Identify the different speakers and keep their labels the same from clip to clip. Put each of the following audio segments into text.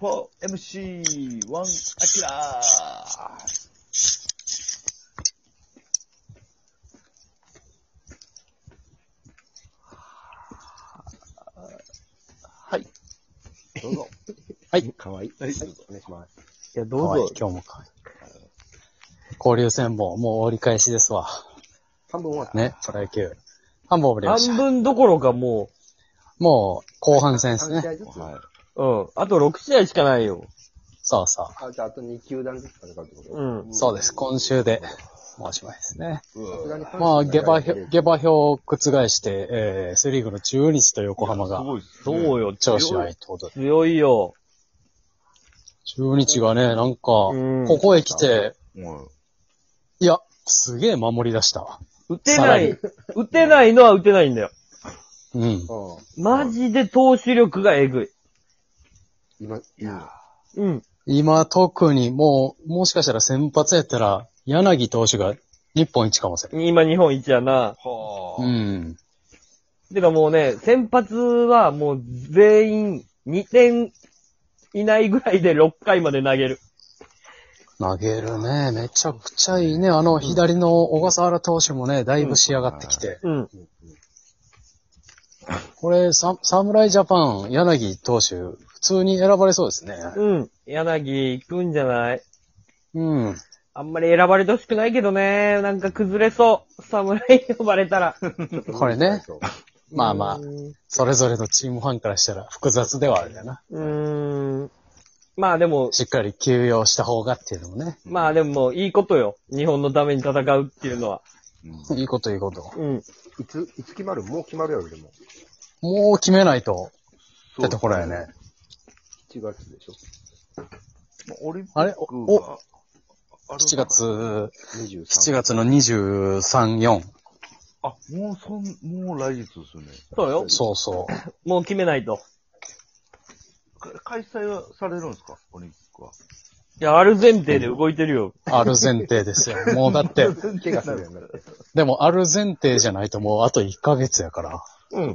Speaker 1: 4MC! 4MC! ワンアキラーはい。どうぞ。
Speaker 2: はい。かわいい。
Speaker 1: はい
Speaker 2: どうぞお願いします。
Speaker 1: いや、
Speaker 2: ど
Speaker 1: どうぞ。
Speaker 2: 今日もかわいい。交流戦も、もう折り返しですわ。半分終わった。ね、プロ野球。半分折りまし
Speaker 3: 半
Speaker 2: た。
Speaker 3: 分どころかも
Speaker 2: もう、後半戦ですね。
Speaker 1: は
Speaker 3: う、うん。あと6試合しかないよ。
Speaker 2: そうそ
Speaker 4: あ、じゃあ、あと2球団ずつ戦うってこと
Speaker 3: うん
Speaker 2: う。。そうです。今週で、もうおしまいですね。
Speaker 1: い。
Speaker 4: さすがに阪神
Speaker 2: まあ、下馬
Speaker 4: が
Speaker 2: 評、下馬評を覆して、えー、セリーグの中日と横浜が
Speaker 1: す、ごいっす
Speaker 3: ど
Speaker 1: ね
Speaker 3: うよ、
Speaker 2: 調子はいいってことで。
Speaker 3: 強いよ。
Speaker 2: 中日がね、なんか、
Speaker 3: うん
Speaker 2: ここへ来て、
Speaker 1: うん
Speaker 2: いや、すげえ守り出した。
Speaker 3: 打て
Speaker 2: さら
Speaker 3: な
Speaker 2: に
Speaker 3: い、打てないのは打てないんだよ。
Speaker 2: うん。
Speaker 4: うん
Speaker 3: マジで投手力がえぐい。
Speaker 4: 今、いや、
Speaker 3: うん。
Speaker 2: 今特にもう、もしかしたら先発やったら、柳投手が日本一かもしれない。
Speaker 3: 今日本一やな。
Speaker 1: は
Speaker 2: う
Speaker 1: あ。
Speaker 2: ん。
Speaker 3: てかもうね、先発はもう全員2点以内ぐらいで6回まで投げる。
Speaker 2: 投げるね。めちゃくちゃいいね。あの、左の小笠原投手もね、だいぶ仕上がってきて。
Speaker 3: うん。
Speaker 2: これ、サ、侍ジャパン、柳投手、普通に選ばれそうですね。
Speaker 3: うん。柳、行くんじゃない
Speaker 2: うん。
Speaker 3: あんまり選ばれてほしくないけどね。なんか崩れそう。侍呼ばれたら。
Speaker 2: これね。まあまあ
Speaker 3: う、ん
Speaker 2: それぞれのチームファンからしたら複雑ではあるんだな。
Speaker 3: うーん。まあでも、
Speaker 2: しっかり休養した方がっていうのもね。
Speaker 3: まあでも、いいことよ。日本のために戦うっていうのは。
Speaker 2: いいこといいこと。
Speaker 3: うん。
Speaker 4: いつ、いつ決まるもう決まるやろ、でも。
Speaker 2: もう決めないと、ってところやね。
Speaker 4: 1月でしょ。
Speaker 1: オリンピ
Speaker 2: あれ
Speaker 1: ック
Speaker 2: お、
Speaker 1: がある
Speaker 2: 7。月、
Speaker 4: 23。
Speaker 2: 7月の23、4。
Speaker 1: あ、もうそん、もう来月ですね。
Speaker 3: そうよ。
Speaker 2: そうそ
Speaker 3: もう決めないと。
Speaker 1: か開催はされるんですかオリンピックは。
Speaker 3: いや、ある前提で動いてるよ。
Speaker 2: う。ある前提です よ。もうだって、
Speaker 4: 怪我するやんなって。
Speaker 2: でもある前提じゃないともうあと1ヶ月やから。
Speaker 3: うん。
Speaker 1: ね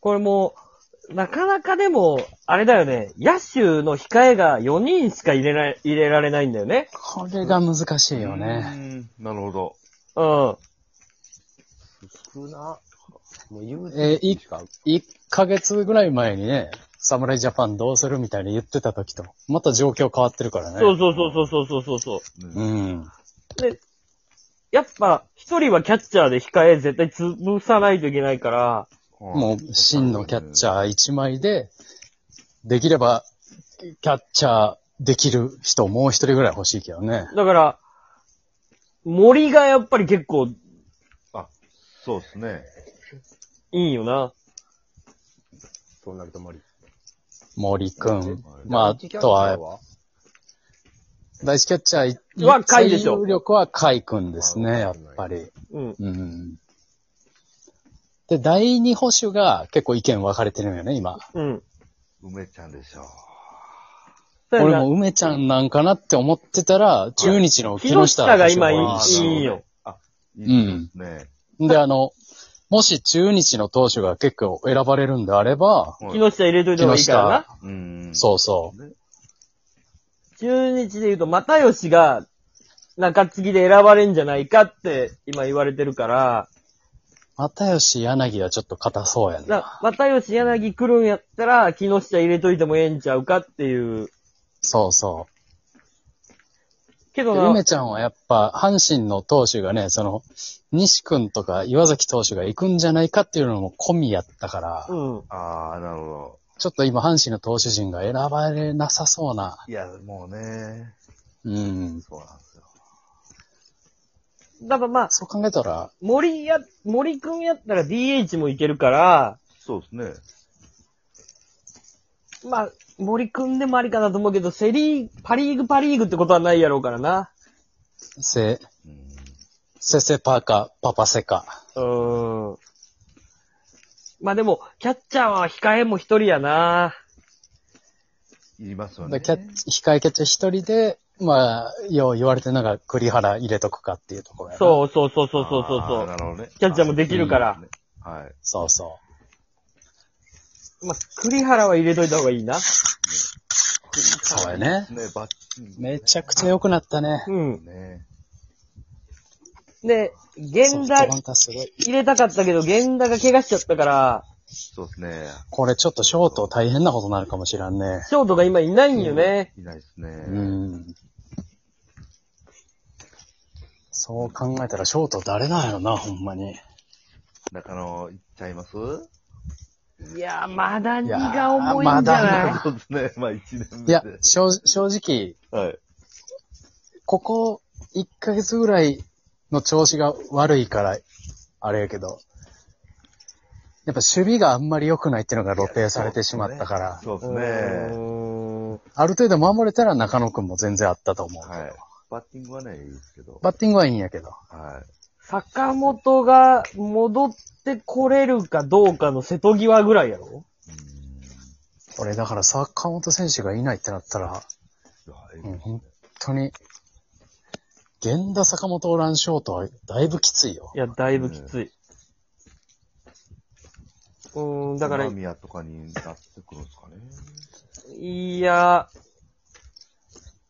Speaker 3: これもう、なかなかでも、あれだよね。野手の控えが4人しか入れられ、入れられないんだよね。
Speaker 2: これが難しいよね。
Speaker 1: うん。なるほど。
Speaker 3: うん。
Speaker 4: 少な。もう言う
Speaker 2: えーい
Speaker 4: しか。
Speaker 2: 1ヶ月ぐらい前にね、侍ジャパンどうするみたいに言ってた時と、また状況変わってるからね。
Speaker 3: そうそうそうそうそうそうそう。
Speaker 1: ね
Speaker 2: うん。
Speaker 3: やっぱ、一人はキャッチャーで控え絶対潰さないといけないから、
Speaker 2: もう、真のキャッチャー1枚で、できれば、キャッチャーできる人もう1人ぐらい欲しいけどね。
Speaker 3: だから、森がやっぱり結構い
Speaker 1: そうですね。
Speaker 3: いよな。
Speaker 4: そうなると森。
Speaker 2: 森くん。
Speaker 4: あ
Speaker 2: まあ、あとは、第一キャッチャー
Speaker 3: は甲斐でしょ
Speaker 2: 最有力は甲斐くんですね、やっぱり。
Speaker 3: うん。
Speaker 2: うん。で、第二保守が結構意見分かれてるんよね、今。
Speaker 3: うん。
Speaker 1: 梅ちゃんでしょう。
Speaker 3: だから
Speaker 2: 俺も梅ちゃんなんかなって思ってたら、中日の木
Speaker 3: 木
Speaker 2: 下
Speaker 3: 下が今い
Speaker 2: 投手
Speaker 1: あ
Speaker 2: が
Speaker 1: ー
Speaker 3: いいよ。
Speaker 1: いいですね。
Speaker 2: で、あの、もし中日の投手が結構選ばれるんであれば、
Speaker 1: はい
Speaker 3: 木下入れといた方がいいからな。
Speaker 1: うん。
Speaker 2: そうそう
Speaker 1: ね。
Speaker 3: 中日で言うと、又吉が中継ぎで選ばれんじゃないかって今言われてるから、
Speaker 2: 又吉柳はちょっと硬そうやな。
Speaker 3: な又吉柳来るんやったら、木下入れといてもええんちゃうかっていう。
Speaker 2: そうそ
Speaker 3: け
Speaker 2: う。
Speaker 3: ど
Speaker 2: で
Speaker 3: な
Speaker 2: 梅、ちゃんはやっぱ、阪神の投手がね、その、西君とか岩崎投手が行くんじゃないかっていうのも込みやったから、
Speaker 3: うん。
Speaker 1: ああ、なるほど。
Speaker 2: ちょっと今阪神の投手陣が選ばれなさそうな。
Speaker 1: いや、もうね、
Speaker 2: うん。
Speaker 1: そうなんですよ。
Speaker 3: だからまあ、
Speaker 2: そう考えたら、
Speaker 3: 森や、森くんやったら DH もいけるから、
Speaker 1: そうですね。
Speaker 3: まあ、森くんでもありかなと思うけど、セリー、パリーグパリーグってことはないやろうからな。
Speaker 2: せ、
Speaker 1: うん。
Speaker 2: せせパーか、パパセか。
Speaker 3: うーん。まあでも、キャッチャーは控えも一人やな。
Speaker 1: いりますよね。
Speaker 2: でキャッチ、控えキャッチャー一人で、まあ、よう言われてるのが栗原入れとくかっていうところやな。う。
Speaker 3: そうそうそうそうそうそうそ
Speaker 1: あーな
Speaker 3: う。
Speaker 1: るほどね。
Speaker 3: キャッチャーもできるから
Speaker 1: あー。いいですねはい。
Speaker 2: そうそ
Speaker 3: まあ、栗原は入れといた方がいいな。
Speaker 2: そうやね。
Speaker 1: ね、バッチリ。
Speaker 2: めちゃくちゃ良くなったね。
Speaker 3: うん。
Speaker 1: ね。
Speaker 3: で、
Speaker 2: ソ
Speaker 3: 源
Speaker 2: フト
Speaker 3: 田
Speaker 2: バンカーすごい。
Speaker 3: 入れたかったけど、源田が怪我しちゃったから、
Speaker 1: そうですね。
Speaker 2: これちょっとショート大変なことになるかもしらんね。
Speaker 3: ショートが今いないんよね。
Speaker 1: いないですね。
Speaker 2: うん。そう考えたらショート誰なんやろな、ほんまに。
Speaker 1: 中野行っちゃいます
Speaker 3: いやー、まだ荷
Speaker 2: いやー
Speaker 3: が重いんじゃない
Speaker 1: そうですね。 まあ、一年目で。
Speaker 2: いや、正正直、
Speaker 1: はい。
Speaker 2: ここ1ヶ月ぐらいの調子が悪いから、あれやけど、やっぱ守備があんまり良くないっていうのが露呈されてしまったから、
Speaker 1: そうです
Speaker 3: う
Speaker 1: ね。
Speaker 3: ーん
Speaker 2: ある程度守れたら中野くんも全然あったと思うけど、
Speaker 1: はい。バッティングはね、いいですけど。
Speaker 2: バッティングはいいんやけど、
Speaker 1: は
Speaker 3: 坂本が戻ってこれるかどうかの瀬戸際ぐらいやろ
Speaker 1: い。う
Speaker 2: これだから坂本選手がいないってなったら、
Speaker 1: ーん。
Speaker 2: うん本当に、源田坂本ランショートはだいぶきついよ
Speaker 3: い。や、だいぶきつい。うーん、だから、
Speaker 1: 宮とかになってくるんですかね。
Speaker 3: いや、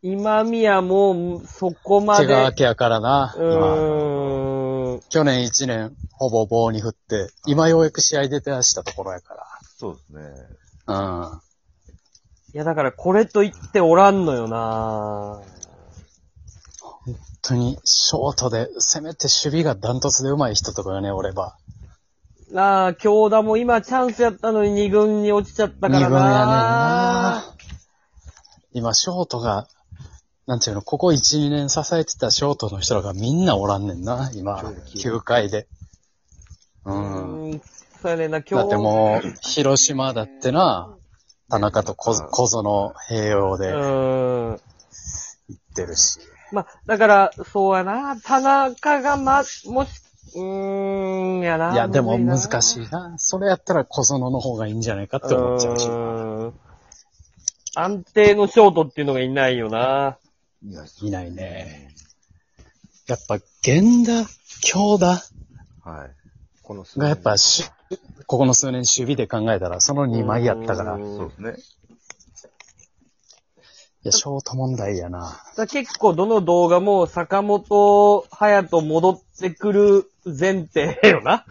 Speaker 3: 今宮もそこま
Speaker 2: 怪
Speaker 3: で、
Speaker 2: 我明
Speaker 3: う
Speaker 2: けやからな。
Speaker 3: ーん、
Speaker 2: 去年1年、ほぼ棒に振って、今ようやく試合出てらしたところやか
Speaker 1: そうですね。
Speaker 2: ら。うん。
Speaker 3: いや、だからこれと言っておらんのよな
Speaker 2: 本当に、ショートで、せめて守備がダントツで上手い人とかがね、おれば。
Speaker 3: なあ、京田も今チャンスやったのに二軍に落ちちゃったから
Speaker 2: 二軍やねん
Speaker 3: な
Speaker 2: な今、ショートが、なんていうの、ここ1、2年支えてたショートの人らがみんなおらんねんな、今、9回で。う。
Speaker 3: うんーん、そうやねんな、京
Speaker 2: だってもう、広島だってな、田中と小小園併用
Speaker 3: う
Speaker 2: で行っ
Speaker 3: ーん。
Speaker 2: てるし。
Speaker 3: まあ、だから、そうやな。田中がま、もし、うーん、やな。
Speaker 2: いや、でも難
Speaker 3: い
Speaker 2: しいな。それやったら小園の方がいいんじゃないかって
Speaker 3: な
Speaker 2: 思っちゃうし。
Speaker 3: うーん安定のショートっていうのがいないよな。
Speaker 1: いない
Speaker 2: いないね。やっぱ、源田、京田
Speaker 1: はい。
Speaker 4: この数
Speaker 2: がやっぱ
Speaker 4: 年
Speaker 2: し、ここの数年守備で考えたら、その2枚やったから、
Speaker 3: う
Speaker 2: い
Speaker 3: ん
Speaker 1: そうですね。
Speaker 2: や、ショート問題やな。
Speaker 3: だから結構どの動画も坂本隼人戻ってくる前提よな。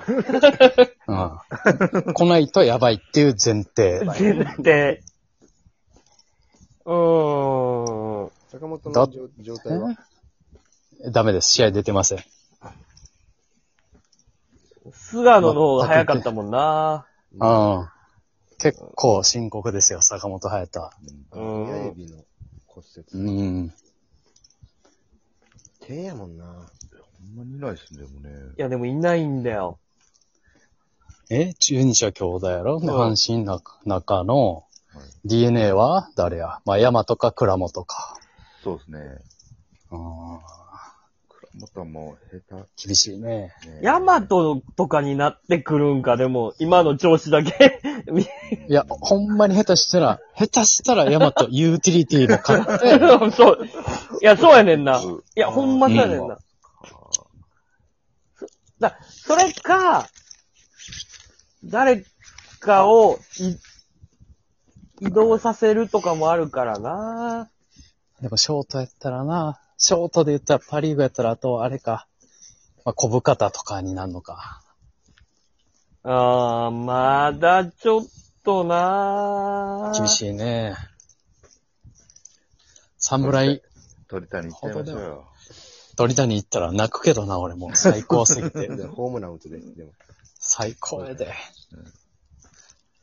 Speaker 2: うん。来ないとやばいっていう前提。
Speaker 3: 前提。うーん。
Speaker 4: 坂本の状状態は
Speaker 2: ダメです。試合出てません。
Speaker 3: 菅野の方が早かったもんな。
Speaker 2: うん。結構深刻ですよ、坂本隼太。
Speaker 3: うん
Speaker 4: 親指の骨
Speaker 2: う
Speaker 4: 折。
Speaker 2: ん。
Speaker 4: 手やもんな。
Speaker 1: ほんまにいないですね、でもね。
Speaker 3: いや、でもいないんだよ。
Speaker 2: え中日は兄弟やろ、で
Speaker 3: うん
Speaker 2: 阪神の中の DNA は誰やまあ、山とか倉本か。
Speaker 1: そうですね。
Speaker 2: うん。
Speaker 1: 倉本はもう下
Speaker 2: 厳しいね。
Speaker 1: 手ね。
Speaker 3: ヤマトとかになってくるんか、でも、今の調子だけ。 み
Speaker 2: いや、ほんまに下手したら、下手したらヤマトユーティリティも買って、
Speaker 3: そう。いや、そうやねんな。
Speaker 1: うん
Speaker 3: いや、ほんまそうやねんな。だ、それか、誰かをい移動させるとかもあるからな。
Speaker 2: でもショートやったらな、ショートで言ったらパリーグやったら、あとあれか、まあ、小深田とかになるのか。
Speaker 3: あー、まだちょっとな。
Speaker 2: 厳しいね。侍、
Speaker 1: 鳥谷行っちゃいましょうよ。
Speaker 2: 鳥谷行ったら泣くけどな、俺もう。最高すぎ て。
Speaker 4: でホームラン打つで。でも、
Speaker 2: 最高やで。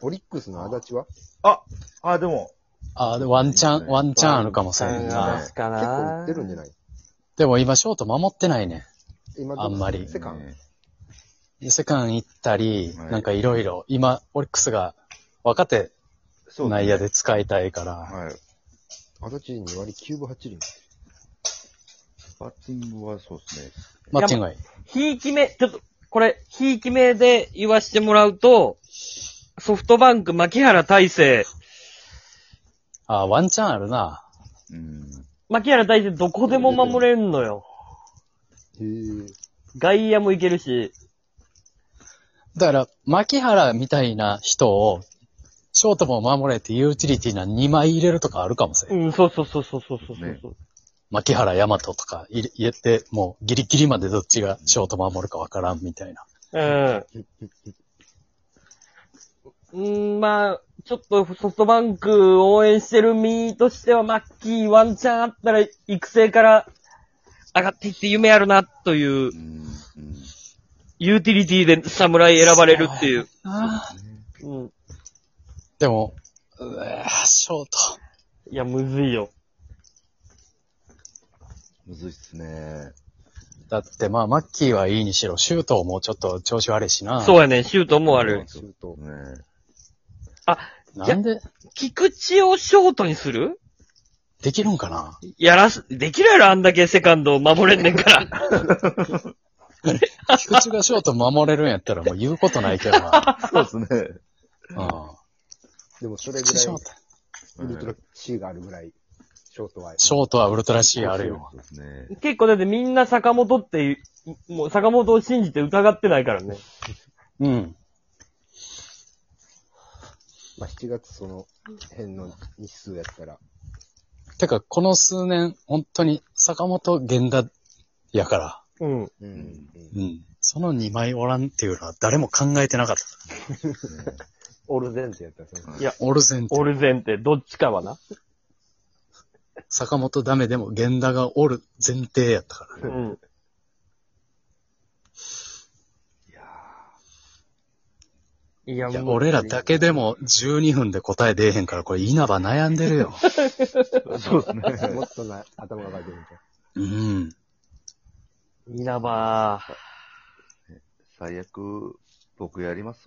Speaker 4: オリックスの足立は
Speaker 1: ああ、でも。
Speaker 2: あ、でワンチャン、ワンチャンあるかもしれん
Speaker 1: ワンチャンあ
Speaker 2: な
Speaker 1: る。
Speaker 3: 確か
Speaker 4: 結構打
Speaker 3: な
Speaker 4: って。るんじゃない
Speaker 2: でも今ショート守ってないね。
Speaker 4: 今
Speaker 2: あんまり
Speaker 4: セカン
Speaker 1: ね
Speaker 2: セカン行ったり、
Speaker 1: はい
Speaker 2: なんかいろいろ、今、オリックスが若手
Speaker 1: そう
Speaker 2: 内
Speaker 1: や
Speaker 2: 野で使いたいから、
Speaker 1: はい。
Speaker 4: 足立2割9分8厘。
Speaker 1: バッティングはそうですね。
Speaker 2: マッチングがいい。
Speaker 3: ひいき目、ちょっと、これ、ひいき目で言わしてもらうと、ソフトバンク、牧原大成。
Speaker 2: あ、ワンチャンあるな。
Speaker 1: うん。
Speaker 3: 牧原大成どこでも守れんのよ。
Speaker 4: へえ。
Speaker 3: 外野もいけるし。
Speaker 2: だから、牧原みたいな人をショートも守れってユーティリティな2枚入れるとかあるかもしれん。
Speaker 3: うん、そうそうそうそうそうそうそう、
Speaker 1: ね
Speaker 2: 牧原大和とか入れ入れて、もうギリギリまでどっちがショート守るかわからんみたいな。
Speaker 3: うん。うん、まあ、ちょっとソフトバンク応援してる身としては、マッキーワンチャンあったら育成から上がっていって夢あるなという
Speaker 1: う、ん。うん。
Speaker 3: ユーティリティで侍選ばれるっていう。うん。
Speaker 2: でも、うわぁショート。
Speaker 3: いや、むずいよ。
Speaker 1: むずいっすね。
Speaker 2: だってまあ、マッキーはいいにしろ、シュートもちょっと調子悪いしな。
Speaker 3: そうやね、シュートもある。
Speaker 4: シュート。
Speaker 1: ね
Speaker 3: あ、
Speaker 2: なんで、
Speaker 3: 菊池をショートにする
Speaker 2: できるんかな
Speaker 3: やらす、できるやろ、あんだけセカンドを守れんねんから。
Speaker 2: 菊池がショート守れるんやったらもう言うことないけど な。
Speaker 1: そうですね。
Speaker 2: うん。
Speaker 4: でもそれぐ
Speaker 2: 菊池ショー
Speaker 4: ら
Speaker 2: ト。
Speaker 4: い、ウルトラ C があるぐらい、ショートは。
Speaker 2: ショートはウルトラ C あるよ。
Speaker 1: そうですね。
Speaker 3: 結構だってみんな坂本って、もう坂本を信じて疑ってないからね。
Speaker 2: うん。
Speaker 4: まあ7月その辺の日数やったら、
Speaker 2: てか、この数年、本当に坂本源田やから、
Speaker 3: うん。
Speaker 4: うん
Speaker 1: ん
Speaker 2: うん。その2枚おらんっていうのは誰も考えてなかった。
Speaker 4: オール前提やったらその、
Speaker 2: オルゼン
Speaker 3: オルゼンってどっちかはな。
Speaker 2: 坂本ダメでも源田がおる前提やったから。
Speaker 3: うん。いやー。い
Speaker 2: い
Speaker 3: や、
Speaker 2: や、
Speaker 3: もう
Speaker 2: 俺らだけでも12分で答え出えへんから、これ稲葉悩んでるよ。
Speaker 1: そうですね。
Speaker 4: もっとな頭が回ってるみたい。
Speaker 2: うん。
Speaker 3: 稲葉。
Speaker 1: 最悪、僕やりますわ。